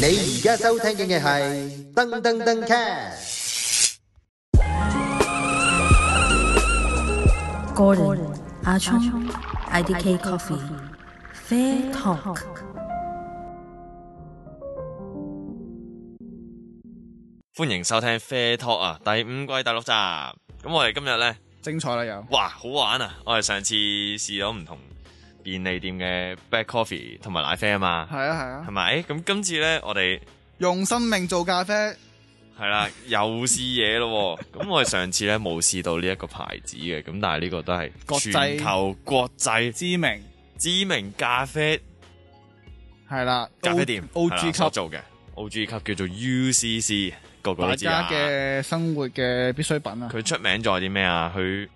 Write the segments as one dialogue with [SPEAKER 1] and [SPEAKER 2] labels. [SPEAKER 1] 你而家收聽嘅係噔噔噔 cast。
[SPEAKER 2] Gordon, Ah Chong, IDK Coffee, Fair Talk.
[SPEAKER 3] 歡迎收聽 Fair Talk 啊，第五季第六集。咁我哋今日呢，
[SPEAKER 4] 精彩啦又，
[SPEAKER 3] 哇，好玩啊！我哋上次試咗唔同便利店嘅 black coffee 同埋奶啡啊嘛，
[SPEAKER 4] 係啊係
[SPEAKER 3] 係
[SPEAKER 4] 啊，
[SPEAKER 3] 咪？咁今次呢，我哋
[SPEAKER 4] 用生命做咖啡，
[SPEAKER 3] 係啦，又試嘢咯喎。咁我哋上次呢，冇試到呢一個牌子嘅，咁但係呢個都係
[SPEAKER 4] 國際
[SPEAKER 3] 全球國際
[SPEAKER 4] 知名
[SPEAKER 3] 知名咖啡
[SPEAKER 4] 係啦，
[SPEAKER 3] 咖啡店
[SPEAKER 4] O
[SPEAKER 3] 係啦
[SPEAKER 4] G
[SPEAKER 3] 所
[SPEAKER 4] 級，
[SPEAKER 3] 做嘅，O G 級叫做 U C C，個個
[SPEAKER 4] 大
[SPEAKER 3] 都知
[SPEAKER 4] 家
[SPEAKER 3] 啊。
[SPEAKER 4] 嘅生活嘅必需品啊。
[SPEAKER 3] 佢出名在啲咩啊？佢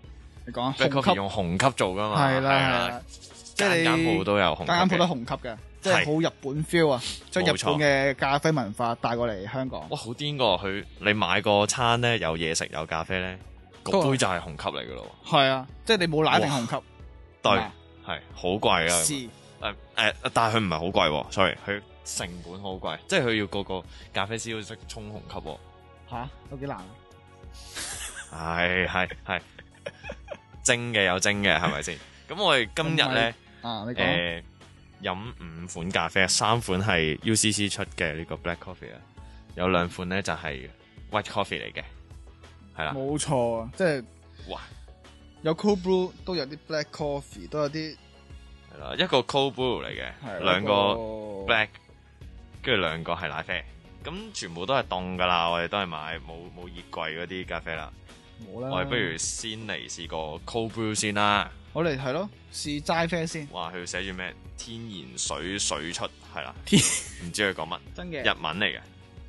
[SPEAKER 4] 你講啊
[SPEAKER 3] black
[SPEAKER 4] 紅
[SPEAKER 3] coffee
[SPEAKER 4] 級
[SPEAKER 3] 用紅級做噶嘛，
[SPEAKER 4] 係啦
[SPEAKER 3] 係啊
[SPEAKER 4] 係啦，即係
[SPEAKER 3] 間
[SPEAKER 4] 你
[SPEAKER 3] 間鋪都有紅級嘅，
[SPEAKER 4] 間間鋪都紅級嘅，即係
[SPEAKER 3] 係
[SPEAKER 4] 好日本 feel 啊，將日
[SPEAKER 3] 冇錯
[SPEAKER 4] 本嘅咖啡文化帶過嚟香港。
[SPEAKER 3] 哇，好癲噶！佢你買個餐咧，有嘢食有咖啡咧，個
[SPEAKER 4] 都係
[SPEAKER 3] 杯就係紅級嚟噶咯
[SPEAKER 4] 係啊，即係你冇奶定紅級，
[SPEAKER 3] 喎。對
[SPEAKER 4] 哇，
[SPEAKER 3] 係好貴啊！
[SPEAKER 4] 是
[SPEAKER 3] 誒誒，但係佢唔係好貴喎，sorry，佢成本好貴，即係佢要個個咖啡師都識沖紅級 喎。
[SPEAKER 4] 吓有幾難啊？
[SPEAKER 3] 係係係，蒸嘅有蒸嘅，係咪先？咁我哋今日咧。
[SPEAKER 4] 啊，你講
[SPEAKER 3] 誒呃飲五款咖啡，啊三款係 UCC 出嘅呢個 black coffee 啊，有兩款咧就係 white coffee 嚟嘅，係啦，
[SPEAKER 4] 冇錯啊，即係
[SPEAKER 3] 哇，
[SPEAKER 4] 有 cold brew 都有啲 black coffee，都有啲
[SPEAKER 3] 係啦，一個 cold brew 嚟嘅，
[SPEAKER 4] 係
[SPEAKER 3] 兩個
[SPEAKER 4] 嗰個
[SPEAKER 3] black，跟住兩個係奶啡，咁全部都係凍噶啦，我哋都係買冇冇熱櫃嗰啲咖啡啦，
[SPEAKER 4] 冇啦。
[SPEAKER 3] 我哋不如先嚟試個 cold brew 先啦，
[SPEAKER 4] 我哋係咯，試齋啡先，
[SPEAKER 3] 哇，佢寫住咩天然水水出，係 啦，
[SPEAKER 4] 天
[SPEAKER 3] 唔知佢講乜，
[SPEAKER 4] 真嘅
[SPEAKER 3] 日文嚟嘅，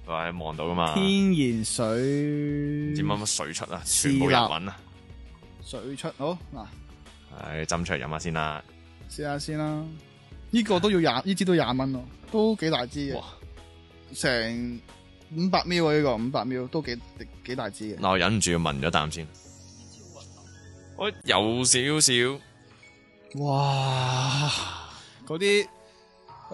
[SPEAKER 3] 佢話你望到噶嘛。
[SPEAKER 4] 天然水
[SPEAKER 3] 唔知乜乜水出啊，全部日文啊，
[SPEAKER 4] 水出好嗱，
[SPEAKER 3] 唉，浸出嚟飲下先啦。
[SPEAKER 4] 試下先啦。呢、個都要廿，呢支都廿蚊咯，都幾大支
[SPEAKER 3] 哇
[SPEAKER 4] 嘅，！成五百 ml 啊！呢、個五百 ml 都幾幾大支嘅。
[SPEAKER 3] 嗱，我忍唔住要聞咗啖先。我有少少，
[SPEAKER 4] 哇！嗰啲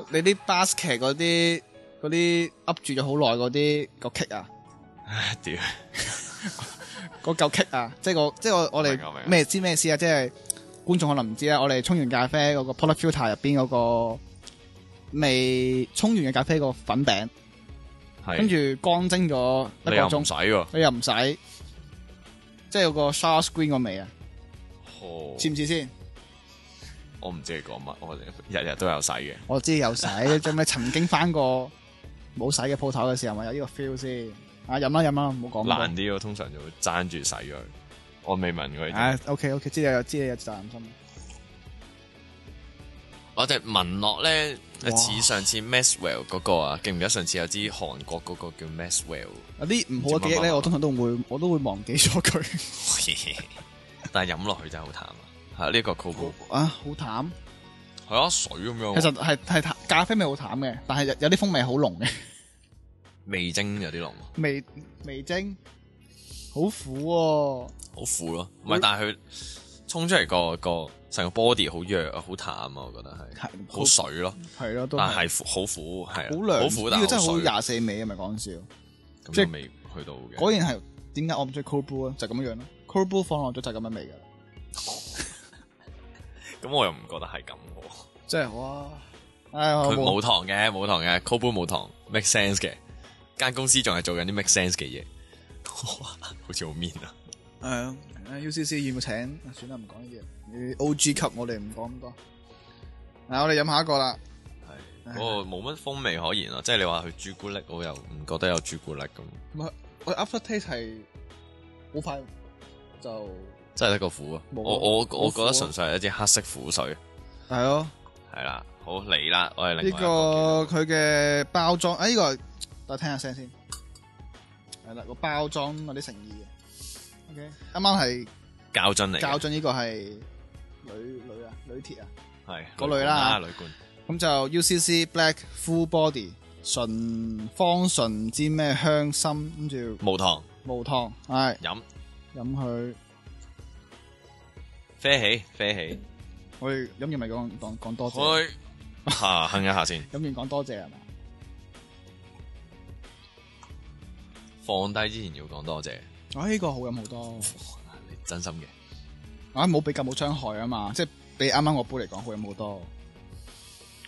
[SPEAKER 4] 你啲 basket 嗰啲嗰啲噏住咗好耐嗰啲個 kick 啊，
[SPEAKER 3] 唉屌，
[SPEAKER 4] 嗰嚿 kick 啊，即係個即係我我
[SPEAKER 3] 明啊明啊
[SPEAKER 4] 哋咩知咩思啊？即係觀眾可能唔知啊，我哋沖完咖啡嗰個 product filter 入邊嗰個未沖完嘅咖啡個粉餅。
[SPEAKER 3] 係
[SPEAKER 4] 跟住乾蒸咗一
[SPEAKER 3] 你
[SPEAKER 4] 個
[SPEAKER 3] 又唔
[SPEAKER 4] 鐘，
[SPEAKER 3] 使喎。
[SPEAKER 4] 你又唔使，即係有個 shower screen 個味啊，
[SPEAKER 3] 哦
[SPEAKER 4] 似唔似先？
[SPEAKER 3] 我唔知你講乜，我哋日日都有洗嘅。
[SPEAKER 4] 我知有洗， 咁你曾經翻過冇洗嘅鋪頭嘅時候，咪有呢個 feel 先？啊，飲啦飲啦，唔好講咁多。
[SPEAKER 3] 難啲，我通常就會爭住洗咗佢。我未聞過呢
[SPEAKER 4] 唉，OK OK，知你有知你有責任心。
[SPEAKER 3] 啲。我隻聞落咧，
[SPEAKER 4] 哇
[SPEAKER 3] 似上次 Maxwell 嗰個啊，記唔記得上次有支韓國嗰個叫 Maxwell？
[SPEAKER 4] 有啲唔好嘅記憶
[SPEAKER 3] 慢慢
[SPEAKER 4] 咧，
[SPEAKER 3] 慢
[SPEAKER 4] 我通常都會我都會忘記咗佢。
[SPEAKER 3] 但係飲落去真係好淡啊！係呢個 c o b
[SPEAKER 4] 啊，好淡，
[SPEAKER 3] 係啊，水咁樣喎。
[SPEAKER 4] 其實係係淡咖啡味好淡嘅，但係有有啲風味好 濃嘅，
[SPEAKER 3] 味精有啲濃，
[SPEAKER 4] 味味精好苦喎、
[SPEAKER 3] 好苦咯。唔係，但係佢沖出嚟個個成個 body 好弱啊，好淡啊，我覺得係
[SPEAKER 4] 係
[SPEAKER 3] 好水咯，
[SPEAKER 4] 係咯，都
[SPEAKER 3] 但係苦好苦，係啊
[SPEAKER 4] 好涼，
[SPEAKER 3] 好苦，
[SPEAKER 4] 呢
[SPEAKER 3] 但
[SPEAKER 4] 個
[SPEAKER 3] 係
[SPEAKER 4] 真係好
[SPEAKER 3] 好水，
[SPEAKER 4] 廿四味啊！咪講笑，
[SPEAKER 3] 咁
[SPEAKER 4] 即
[SPEAKER 3] 就
[SPEAKER 4] 係
[SPEAKER 3] 未去到嘅。
[SPEAKER 4] 果然係點解我唔中意 cold brew 咧？就咁樣樣咯，cold brew 放落咗就係咁樣味噶啦，
[SPEAKER 3] 咁我又唔覺得係咁喎。
[SPEAKER 4] 即係哇！唉，我
[SPEAKER 3] 佢
[SPEAKER 4] 冇
[SPEAKER 3] 冇糖嘅，冇糖嘅 c o b 冇糖，make sense 嘅。間公司仲係做緊啲 make sense 嘅嘢， 哇好似好 mean 啊！
[SPEAKER 4] 誒 UCC 要唔要請？算啦，唔講呢啲。O G 級我哋唔講咁多。嗱，我哋飲下一個啦。
[SPEAKER 3] 係，我冇乜風味可言啊，即係你話佢朱古力，我又唔覺得有朱古力咁，
[SPEAKER 4] 唔係，我 after taste 係好快就
[SPEAKER 3] 真係得個苦啊！
[SPEAKER 4] 冇
[SPEAKER 3] 我我
[SPEAKER 4] 啊好
[SPEAKER 3] 我
[SPEAKER 4] 苦
[SPEAKER 3] 覺
[SPEAKER 4] 啊
[SPEAKER 3] 得純粹係一支黑色苦水。
[SPEAKER 4] 係咯。
[SPEAKER 3] 係啦，好嚟啦，我哋
[SPEAKER 4] 呢
[SPEAKER 3] 另外一
[SPEAKER 4] 個佢嘅包裝，啊呢個等我聽下聲先。係啦，個包裝有啲誠意嘅。OK，啱啱係。
[SPEAKER 3] 膠樽嚟嘅，
[SPEAKER 4] 教進呢個係鋁鋁啊，鋁鐵啊，
[SPEAKER 3] 係
[SPEAKER 4] 嗰類啦
[SPEAKER 3] 鋁罐
[SPEAKER 4] 咁就 UCC Black Full Body 純芳醇唔知咩香心，跟住
[SPEAKER 3] 無糖
[SPEAKER 4] 無糖，係
[SPEAKER 3] 飲，
[SPEAKER 4] 飲佢，
[SPEAKER 3] 啡起啡起，
[SPEAKER 4] 我哋飲完咪講講講多謝，
[SPEAKER 3] 開下哼一下先，
[SPEAKER 4] 飲完講多謝係嘛？
[SPEAKER 3] 放低之前要講多謝，
[SPEAKER 4] 啊呢個好飲好多，
[SPEAKER 3] 你真心嘅。
[SPEAKER 4] 啊冇比較冇傷害啊嘛，即係比啱啱我杯嚟講好飲好多。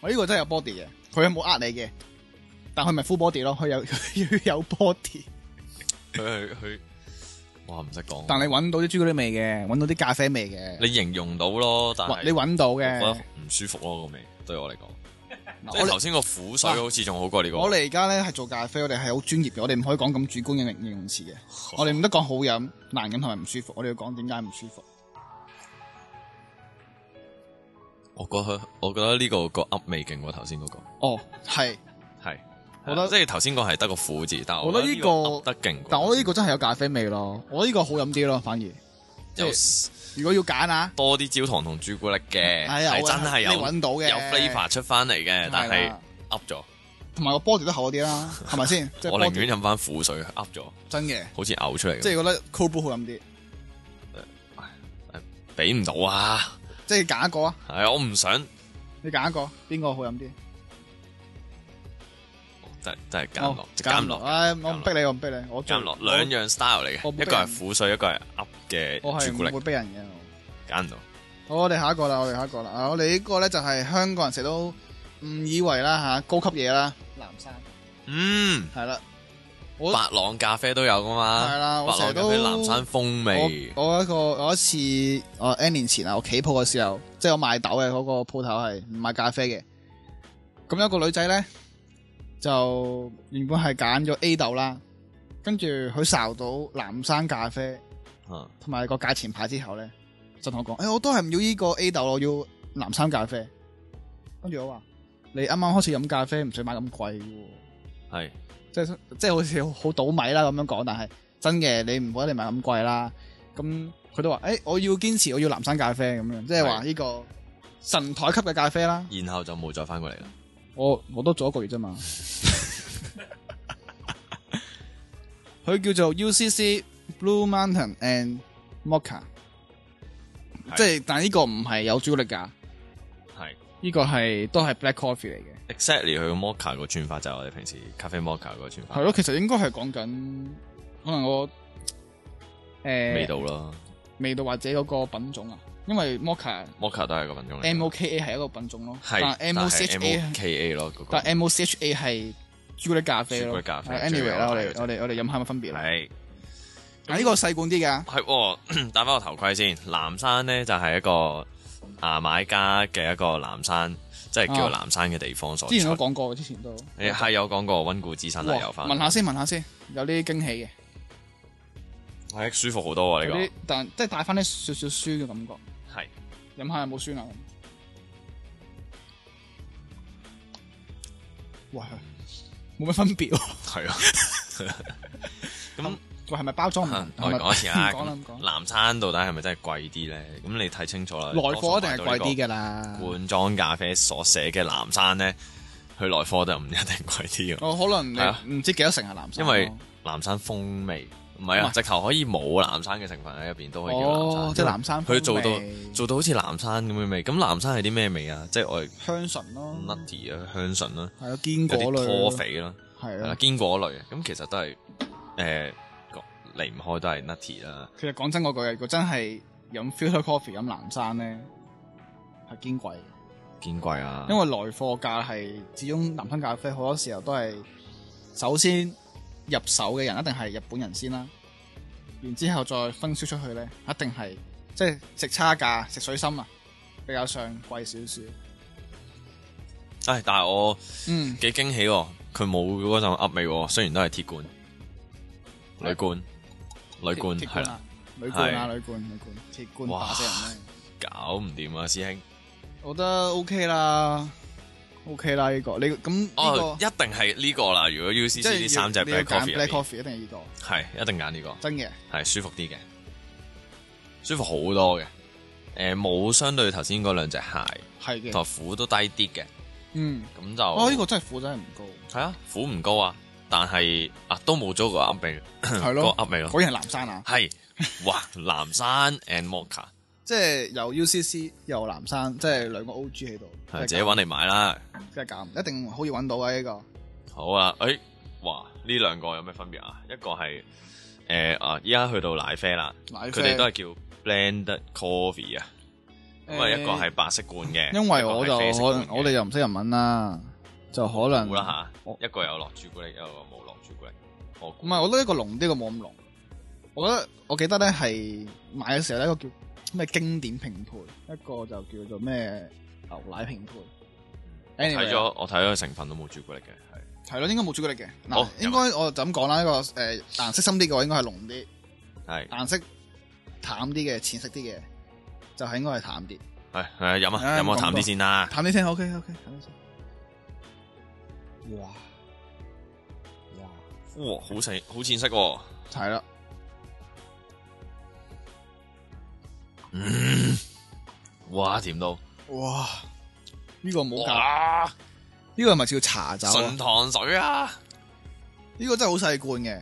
[SPEAKER 4] 我呢個真係有 body 嘅，佢冇呃你嘅，但佢咪 full body 咯，佢有 佢有 body。
[SPEAKER 3] 佢佢佢，哇唔識講。
[SPEAKER 4] 但你揾到啲朱古力味嘅，揾到啲咖啡味嘅，
[SPEAKER 3] 你形容到咯，但
[SPEAKER 4] 哇
[SPEAKER 3] 係
[SPEAKER 4] 你揾到
[SPEAKER 3] 我
[SPEAKER 4] 嘅
[SPEAKER 3] 覺。得唔舒服咯個味，對我嚟講。
[SPEAKER 4] 嗱
[SPEAKER 3] 即係
[SPEAKER 4] 我
[SPEAKER 3] 頭先個苦水好似仲好過呢個。
[SPEAKER 4] 我哋而家咧係做咖啡，我哋係好專業嘅，我哋唔可以講咁主觀嘅形容詞嘅。我哋唔得講好飲、難飲同埋唔舒服，我哋要講點解唔舒服。
[SPEAKER 3] 我覺得我覺得呢個個噏味勁過頭先嗰個。
[SPEAKER 4] 哦，係，
[SPEAKER 3] 係，
[SPEAKER 4] 我覺得
[SPEAKER 3] 即係頭先個係得個苦字，但係
[SPEAKER 4] 我
[SPEAKER 3] 覺得
[SPEAKER 4] 覺得
[SPEAKER 3] 呢
[SPEAKER 4] 呢
[SPEAKER 3] 個
[SPEAKER 4] 個
[SPEAKER 3] 噏得勁過。
[SPEAKER 4] 但我覺得呢個真係有咖啡味咯，我覺得呢個好飲啲咯，反而。
[SPEAKER 3] 有
[SPEAKER 4] 如果要揀啊，
[SPEAKER 3] 多啲焦糖同朱古力嘅，
[SPEAKER 4] 係啊
[SPEAKER 3] 係
[SPEAKER 4] 我
[SPEAKER 3] 真係有
[SPEAKER 4] 你揾到嘅
[SPEAKER 3] 有 flavor 出翻嚟嘅，但
[SPEAKER 4] 係
[SPEAKER 3] 係
[SPEAKER 4] 啦
[SPEAKER 3] 噏咗。
[SPEAKER 4] 同埋個 body 都厚 啲啦，係咪先？即係
[SPEAKER 3] 我
[SPEAKER 4] body
[SPEAKER 3] 寧願飲嗯翻苦水，噏咗，
[SPEAKER 4] 真嘅，
[SPEAKER 3] 好似嘔出嚟咁。
[SPEAKER 4] 即係覺得 cold brew 好飲啲，
[SPEAKER 3] 俾唔到啊！
[SPEAKER 4] 即係揀一個啊，
[SPEAKER 3] 係我唔想，
[SPEAKER 4] 你揀一個邊個好飲啲？
[SPEAKER 3] 真真係減落
[SPEAKER 4] 哦，
[SPEAKER 3] 減落，
[SPEAKER 4] 唉，我唔逼你，我唔逼你，我
[SPEAKER 3] 減
[SPEAKER 4] 最
[SPEAKER 3] 落兩，樣 style 嚟
[SPEAKER 4] 我
[SPEAKER 3] 嘅，
[SPEAKER 4] 唔逼
[SPEAKER 3] 一個係苦水，一個係噏
[SPEAKER 4] 我我
[SPEAKER 3] 嘅
[SPEAKER 4] 係
[SPEAKER 3] 朱古力
[SPEAKER 4] 唔會，逼人嘅。我
[SPEAKER 3] 減唔到。
[SPEAKER 4] 好，我哋下一個啦，我哋下一個啦。啊，我哋呢個咧就係香港人成日都誤以為啦吓，高級嘢啦，南山
[SPEAKER 3] 嗯，
[SPEAKER 4] 係啦，我
[SPEAKER 3] 白朗咖啡都有噶嘛，
[SPEAKER 4] 係啦我
[SPEAKER 3] 白朗咖
[SPEAKER 4] 成
[SPEAKER 3] 啡
[SPEAKER 4] 日都
[SPEAKER 3] 南山風味，
[SPEAKER 4] 我我一個我一次我 N 年前啊，我企鋪嘅時候，即係我賣豆嘅嗰個鋪頭係唔賣咖啡嘅。咁有個女仔咧，就原本係揀咗 A 豆啦，跟住佢睄到南山咖啡
[SPEAKER 3] 嗯
[SPEAKER 4] 同埋個價錢牌之後咧，就同我講：，誒、哎我都係唔要呢個 A 豆，我要南山咖啡。跟住我話：你啱啱開始飲咖啡，唔使買咁貴嘅喎。
[SPEAKER 3] 係
[SPEAKER 4] 即係即係好似好好倒米啦咁樣講，但係真嘅，你唔好一定買咁貴啦。咁佢都話：，誒、我要堅持，我要南山咖啡咁樣，即係話呢個神台級嘅咖啡啦。
[SPEAKER 3] 然後就冇再翻過嚟啦。
[SPEAKER 4] 我我都做一個月啫嘛。佢叫做 UCC Blue Mountain and Mocha，
[SPEAKER 3] 係
[SPEAKER 4] 即係但呢個唔係有朱古力㗎，
[SPEAKER 3] 係
[SPEAKER 4] 呢、個係都係 black coffee 嚟嘅。
[SPEAKER 3] exactly 佢個 mocha 個轉法就係我哋平時咖啡 mocha 個轉法
[SPEAKER 4] 係，咯，其實應該係講緊可能我誒
[SPEAKER 3] 味道咯
[SPEAKER 4] 味道或者嗰個品種啊，因為 mocha
[SPEAKER 3] ，mocha 都係個品種嚟㗎。
[SPEAKER 4] M O K A 係一個品種咯，
[SPEAKER 3] 係
[SPEAKER 4] 但 M O C H A 啊
[SPEAKER 3] K A 咯，嗰個
[SPEAKER 4] 但 M O C H A 係朱古力咖啡
[SPEAKER 3] 朱古
[SPEAKER 4] 咯。
[SPEAKER 3] 力咖啡
[SPEAKER 4] 係
[SPEAKER 3] 最有
[SPEAKER 4] anyway 啦，我
[SPEAKER 3] 奶
[SPEAKER 4] 哋
[SPEAKER 3] 嘅啫
[SPEAKER 4] 我哋我哋飲下有乜分別啦。
[SPEAKER 3] 係
[SPEAKER 4] 啊，呢個細罐啲㗎，
[SPEAKER 3] 係喎 戴翻個頭盔先。南山咧就係一個牙買加嘅一個南山，即係叫
[SPEAKER 4] 啊
[SPEAKER 3] 南山嘅地方所
[SPEAKER 4] 之前都
[SPEAKER 3] 出。
[SPEAKER 4] 講過嘅，之前都。
[SPEAKER 3] 你係有講過温故知新哦啊係有
[SPEAKER 4] 哇
[SPEAKER 3] 翻，
[SPEAKER 4] 聞下先，聞下先，有啲驚喜嘅，
[SPEAKER 3] 係舒服好多喎
[SPEAKER 4] 有
[SPEAKER 3] 呢
[SPEAKER 4] 啲但即係帶翻啲少少酸嘅感覺。
[SPEAKER 3] 個係
[SPEAKER 4] 飲下有冇酸啊？哇，冇乜分別喎。
[SPEAKER 3] 係啊。咁
[SPEAKER 4] 喂，係咪包裝唔
[SPEAKER 3] 啊
[SPEAKER 4] 同？
[SPEAKER 3] 我哋
[SPEAKER 4] 嗯係咪
[SPEAKER 3] 講一次
[SPEAKER 4] 唔講啦，唔
[SPEAKER 3] 啊，
[SPEAKER 4] 講。
[SPEAKER 3] 南山到底係咪真係貴啲咧？咁你睇清楚啦。
[SPEAKER 4] 來貨一定係貴啲
[SPEAKER 3] 嘅。
[SPEAKER 4] 㗎啦。
[SPEAKER 3] 罐裝咖啡所寫嘅南山咧，佢來貨就唔一定貴啲嘅。
[SPEAKER 4] 我哦可能
[SPEAKER 3] 係啊
[SPEAKER 4] 你唔知幾多成係藍色
[SPEAKER 3] 因
[SPEAKER 4] 咯，
[SPEAKER 3] 為南山風味唔係啊，
[SPEAKER 4] 哦唔係
[SPEAKER 3] 直頭可以冇南山嘅成分喺入邊都可以叫南山，
[SPEAKER 4] 哦，即係藍山風
[SPEAKER 3] 佢做到
[SPEAKER 4] 味
[SPEAKER 3] 做到好似南山咁嘅味。咁南山係啲咩味啊？即係我哋
[SPEAKER 4] 香醇咯，
[SPEAKER 3] nutty 啊、香醇啦、
[SPEAKER 4] 係咯，堅
[SPEAKER 3] 有
[SPEAKER 4] 果
[SPEAKER 3] 啲拖
[SPEAKER 4] 類，
[SPEAKER 3] 肥啦，
[SPEAKER 4] 係
[SPEAKER 3] 係
[SPEAKER 4] 啊
[SPEAKER 3] 啦
[SPEAKER 4] 啦。
[SPEAKER 3] 堅果類。啊咁其實都係誒講離唔開都係 nutty 啦。
[SPEAKER 4] 其實講真嗰句，如果真係飲 filter coffee 飲藍山咧，係堅貴嘅，
[SPEAKER 3] 堅貴啊，
[SPEAKER 4] 因為來貨價係始終南山咖啡好多時候都係首先入手嘅人一定係日本人先啦，然之後再分銷出去咧，一定係即係食差價、食水深啊，比較上貴少少。
[SPEAKER 3] 唉，但係我
[SPEAKER 4] 嗯，
[SPEAKER 3] 幾驚喜喎！佢冇嗰陣噏味喎，雖然都係鐵罐、鋁罐、鋁罐
[SPEAKER 4] 鐵
[SPEAKER 3] 係
[SPEAKER 4] 罐
[SPEAKER 3] 啦
[SPEAKER 4] 啊，，鋁罐
[SPEAKER 3] 係
[SPEAKER 4] 啊，鋁罐，鋁罐，鐵罐
[SPEAKER 3] 哇
[SPEAKER 4] 打死人咧。
[SPEAKER 3] 搞唔掂啊，師兄！
[SPEAKER 4] 我覺得 OK 啦，OK 啦呢、個你咁呢、
[SPEAKER 3] 哦，一
[SPEAKER 4] 個
[SPEAKER 3] 定係呢個啦。如果 UCC 呢
[SPEAKER 4] 即係要
[SPEAKER 3] 三隻
[SPEAKER 4] 你要
[SPEAKER 3] black
[SPEAKER 4] 揀
[SPEAKER 3] coffee 入
[SPEAKER 4] black
[SPEAKER 3] 邊
[SPEAKER 4] coffee 一定係呢個，
[SPEAKER 3] 係一定揀呢個，
[SPEAKER 4] 真嘅
[SPEAKER 3] 係舒服啲嘅，舒服好多嘅。誒，冇相對頭先嗰兩隻鞋，
[SPEAKER 4] 係嘅，
[SPEAKER 3] 同埋苦都低啲嘅，
[SPEAKER 4] 嗯，
[SPEAKER 3] 咁就
[SPEAKER 4] 哦呢、個真係苦真係唔高，
[SPEAKER 3] 係啊，苦唔高啊，但係啊都冇咗個 噏味，
[SPEAKER 4] 係
[SPEAKER 3] 嗯個
[SPEAKER 4] 咯，
[SPEAKER 3] 噏味咯，
[SPEAKER 4] 果然係南山啊，
[SPEAKER 3] 係哇，南山 and mocha。
[SPEAKER 4] 即係有 UCC 又南山，即係兩個 OG 喺度，
[SPEAKER 3] 係自己揾嚟買啦。
[SPEAKER 4] 真係搞唔，一定可以揾到啊呢、個，
[SPEAKER 3] 好啊，誒、哇，呢兩個有咩分別啊？一個係誒啊，依家去到奶啡啦，
[SPEAKER 4] 奶
[SPEAKER 3] 佢
[SPEAKER 4] 啡
[SPEAKER 3] 哋都係叫 blended coffee 啊，因為一個係白色罐嘅，
[SPEAKER 4] 呃因
[SPEAKER 3] 為
[SPEAKER 4] 為我就可能我哋又唔識日文啦，就可能
[SPEAKER 3] 冇啦
[SPEAKER 4] 我
[SPEAKER 3] 嚇，一個有落朱古力，一個冇落朱古力，我
[SPEAKER 4] 唔
[SPEAKER 3] 估
[SPEAKER 4] 係，我覺得一個濃啲，一個冇咁濃。我覺得我記得咧係買嘅時候咧，一個叫咩經典拼配，一個就叫做咩牛奶拼配。
[SPEAKER 3] 睇
[SPEAKER 4] anyway
[SPEAKER 3] 咗我睇咗個成分都冇朱古力嘅，係
[SPEAKER 4] 係咯，應該冇朱古力嘅。嗱
[SPEAKER 3] 好，
[SPEAKER 4] 應該我就咁講啦，呢個誒顏色深啲嘅話應該係濃啲，
[SPEAKER 3] 係
[SPEAKER 4] 顏色淡啲嘅淺色啲嘅就係應該係淡啲。
[SPEAKER 3] 係係飲啊，
[SPEAKER 4] 唉
[SPEAKER 3] 飲我
[SPEAKER 4] 冇
[SPEAKER 3] 淡
[SPEAKER 4] 講
[SPEAKER 3] 啲先啦，
[SPEAKER 4] 淡啲先，OK OK，淡啲先。哇哇，
[SPEAKER 3] 哇，好淺好淺色喎，
[SPEAKER 4] 係啦，
[SPEAKER 3] 哇甜到
[SPEAKER 4] 哇！呢個冇搞，
[SPEAKER 3] 哇
[SPEAKER 4] 呢個係咪叫茶酒啊
[SPEAKER 3] 純？糖水啊！
[SPEAKER 4] 呢個真係好細罐嘅，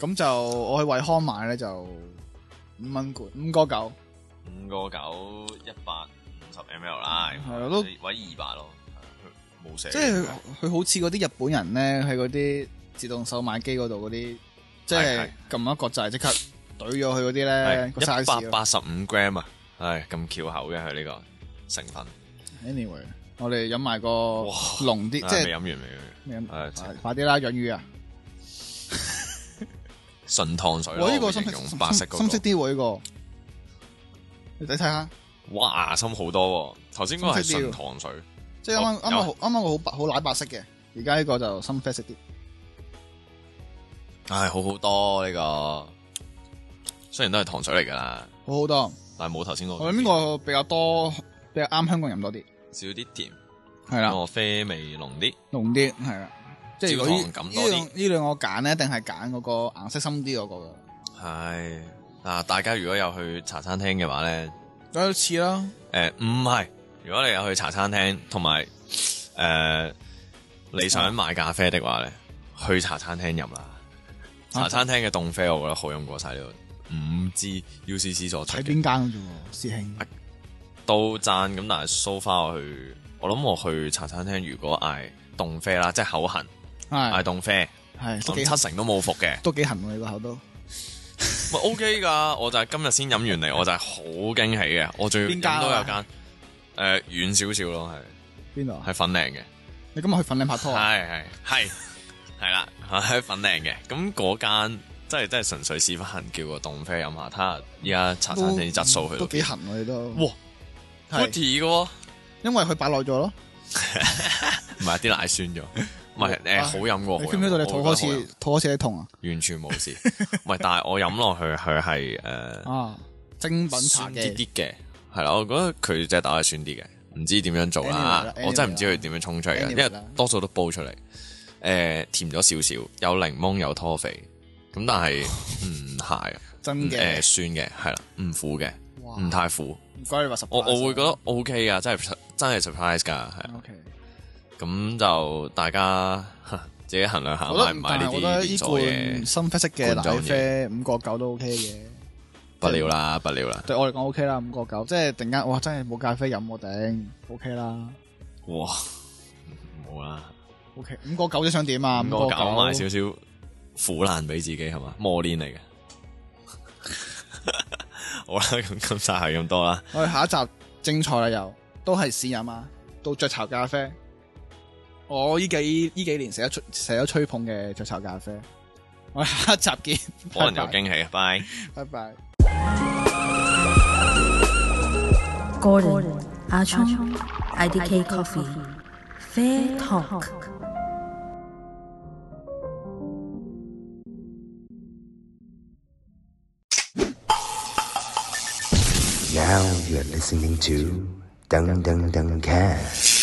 [SPEAKER 4] 咁就我去惠康買咧就五蚊罐，五個九，
[SPEAKER 3] 五個九一百五十 ml 啦，
[SPEAKER 4] 係啊咯都
[SPEAKER 3] 或者二百咯，係冇寫。
[SPEAKER 4] 即係佢佢好似嗰啲日本人咧，喺嗰啲自動售賣機嗰度嗰啲，即
[SPEAKER 3] 係
[SPEAKER 4] 係撳一個掣即刻懟咗佢嗰啲咧個
[SPEAKER 3] 一
[SPEAKER 4] size 啊
[SPEAKER 3] 百
[SPEAKER 4] 咯。
[SPEAKER 3] 八十五 gram 啊，唉咁翹口嘅佢呢個成分，
[SPEAKER 4] anyway，我哋飲埋個
[SPEAKER 3] 哇
[SPEAKER 4] 濃啲，即
[SPEAKER 3] 即係未
[SPEAKER 4] 係
[SPEAKER 3] 飲完未飲完？
[SPEAKER 4] 咩飲
[SPEAKER 3] 係
[SPEAKER 4] 快快啲啦，養魚啊！
[SPEAKER 3] 純糖水咯，
[SPEAKER 4] 我呢個
[SPEAKER 3] 會
[SPEAKER 4] 深
[SPEAKER 3] 形
[SPEAKER 4] 色
[SPEAKER 3] 容
[SPEAKER 4] 深
[SPEAKER 3] 白色
[SPEAKER 4] 深色
[SPEAKER 3] 嗰個，
[SPEAKER 4] 啲喎呢個，你睇睇下，
[SPEAKER 3] 哇深好多喎。頭先嗰個係
[SPEAKER 4] 深色
[SPEAKER 3] 純
[SPEAKER 4] 啲喎
[SPEAKER 3] 糖水，
[SPEAKER 4] 即係啱啱
[SPEAKER 3] 好
[SPEAKER 4] 啱啱好啱啱好白好奶白色嘅，而家呢個就深啡色啲。
[SPEAKER 3] 唉好好多呢個，雖然都係糖水嚟㗎啦，
[SPEAKER 4] 好好多。
[SPEAKER 3] 但係冇頭先嗰個
[SPEAKER 4] 我諗呢哦個比較多，比較啱香港人多啲，
[SPEAKER 3] 少啲甜，
[SPEAKER 4] 係啦，
[SPEAKER 3] 個啡味濃啲，
[SPEAKER 4] 濃啲係啦。即係如果呢
[SPEAKER 3] 焦糖感多啲
[SPEAKER 4] 呢兩呢兩個揀咧，一定係揀嗰個顏色深啲嗰個噶。
[SPEAKER 3] 係嗱大家如果有去茶餐廳嘅話咧。
[SPEAKER 4] 有似啦，
[SPEAKER 3] 誒呃唔係，如果你有去茶餐廳，同埋誒你想買咖啡的話咧，去茶餐廳飲啦。
[SPEAKER 4] 啊
[SPEAKER 3] 茶餐廳嘅凍啡，我覺得好飲過晒呢度五支 UCC 所出
[SPEAKER 4] 睇
[SPEAKER 3] 嘅
[SPEAKER 4] 邊間嘅啫喎，師兄。
[SPEAKER 3] 都讚咁，但係 so far 我去，我諗我去茶餐廳如果嗌凍啡啦，即係口痕嗌
[SPEAKER 4] 係
[SPEAKER 3] 凍啡，
[SPEAKER 4] 係
[SPEAKER 3] 我
[SPEAKER 4] 啊都幾
[SPEAKER 3] 諗七成都冇服嘅，
[SPEAKER 4] 都幾痕喎，你個口都。
[SPEAKER 3] 咪 OK 㗎。我就係今日先飲完 嚟，我就係好驚喜嘅。我最
[SPEAKER 4] 邊
[SPEAKER 3] 飲
[SPEAKER 4] 間啊
[SPEAKER 3] 都有間誒遠少少咯，
[SPEAKER 4] 邊度
[SPEAKER 3] 係
[SPEAKER 4] 啊？
[SPEAKER 3] 係粉嶺嘅。
[SPEAKER 4] 你今日去粉嶺拍拖啊？
[SPEAKER 3] 係係係係啦，喺粉嶺嘅。咁嗰間真係真係純粹屎忽痕，叫個凍啡飲下，睇下依家茶餐廳啲質素去到
[SPEAKER 4] 都幾
[SPEAKER 3] 邊。
[SPEAKER 4] 痕喎，你都。
[SPEAKER 3] 哇
[SPEAKER 4] 係，
[SPEAKER 3] ，Putty 嘅喎，
[SPEAKER 4] 因為佢擺耐咗咯。
[SPEAKER 3] 唔係啲奶酸咗， 唔係誒好飲喎。
[SPEAKER 4] 啊你
[SPEAKER 3] 哦好
[SPEAKER 4] 見唔
[SPEAKER 3] 飲
[SPEAKER 4] 見到你
[SPEAKER 3] 喎
[SPEAKER 4] 肚
[SPEAKER 3] 我覺得
[SPEAKER 4] 開
[SPEAKER 3] 好
[SPEAKER 4] 始肚開始喺痛啊？
[SPEAKER 3] 飲完全冇事。唔係，但係我飲落去佢係誒
[SPEAKER 4] 啊，精品茶
[SPEAKER 3] 酸啲
[SPEAKER 4] 嘅。
[SPEAKER 3] 啲嘅，係啦，我覺得佢隻豆係酸啲嘅，唔知點樣做啦
[SPEAKER 4] Anyway 啦，
[SPEAKER 3] 我真係唔知佢點樣沖出嚟嘅，
[SPEAKER 4] Anyway
[SPEAKER 3] 因為
[SPEAKER 4] 啦
[SPEAKER 3] 多數都煲出嚟，誒、甜咗少少，有檸檬有拖肥，咁但係 嗯唔係，誒、
[SPEAKER 4] 真嘅
[SPEAKER 3] 酸嘅，係啦，唔苦嘅，
[SPEAKER 4] 哇
[SPEAKER 3] 唔太苦，
[SPEAKER 4] 唔該你話十。
[SPEAKER 3] 嗯我我會覺得 O K 啊，真係真係 surprise 㗎，係
[SPEAKER 4] O K。
[SPEAKER 3] 咁就大家 自己衡量下
[SPEAKER 4] 我覺
[SPEAKER 3] 啊買
[SPEAKER 4] 得
[SPEAKER 3] 唔買
[SPEAKER 4] 但
[SPEAKER 3] 呢
[SPEAKER 4] 係我
[SPEAKER 3] 啲
[SPEAKER 4] 覺得
[SPEAKER 3] 連
[SPEAKER 4] 呢
[SPEAKER 3] 鎖
[SPEAKER 4] 罐
[SPEAKER 3] 嘢，
[SPEAKER 4] 深啡色嘅
[SPEAKER 3] 罐
[SPEAKER 4] 奶
[SPEAKER 3] 裝嘢
[SPEAKER 4] 啡五個九都 OK 嘅，
[SPEAKER 3] 不了啦，不了啦，
[SPEAKER 4] 對我嚟講 OK 啦，五個九，即係突然間哇真係冇咖啡飲我頂，OK 啦
[SPEAKER 3] 哇，冇啦。
[SPEAKER 4] ，OK 五個九即想點啊？
[SPEAKER 3] 五
[SPEAKER 4] 五
[SPEAKER 3] 個
[SPEAKER 4] 個
[SPEAKER 3] 九買少
[SPEAKER 4] 九，
[SPEAKER 3] 少苦難俾自己係嘛，磨練嚟嘅。好啦，咁今集係咁多啦，
[SPEAKER 4] 我哋下一集精彩啦又，都係試飲啊，到雀巢咖啡，我依幾依幾年成日吹成日吹捧嘅雀巢咖啡，我哋下一集見，
[SPEAKER 3] 可能有
[SPEAKER 4] 拜拜
[SPEAKER 3] 驚喜，啊拜。
[SPEAKER 4] 拜拜。
[SPEAKER 2] Gordon, Achong, IDK Coffee, Fair Talk.
[SPEAKER 1] Now you're listening to Dung Dung Dung Cat.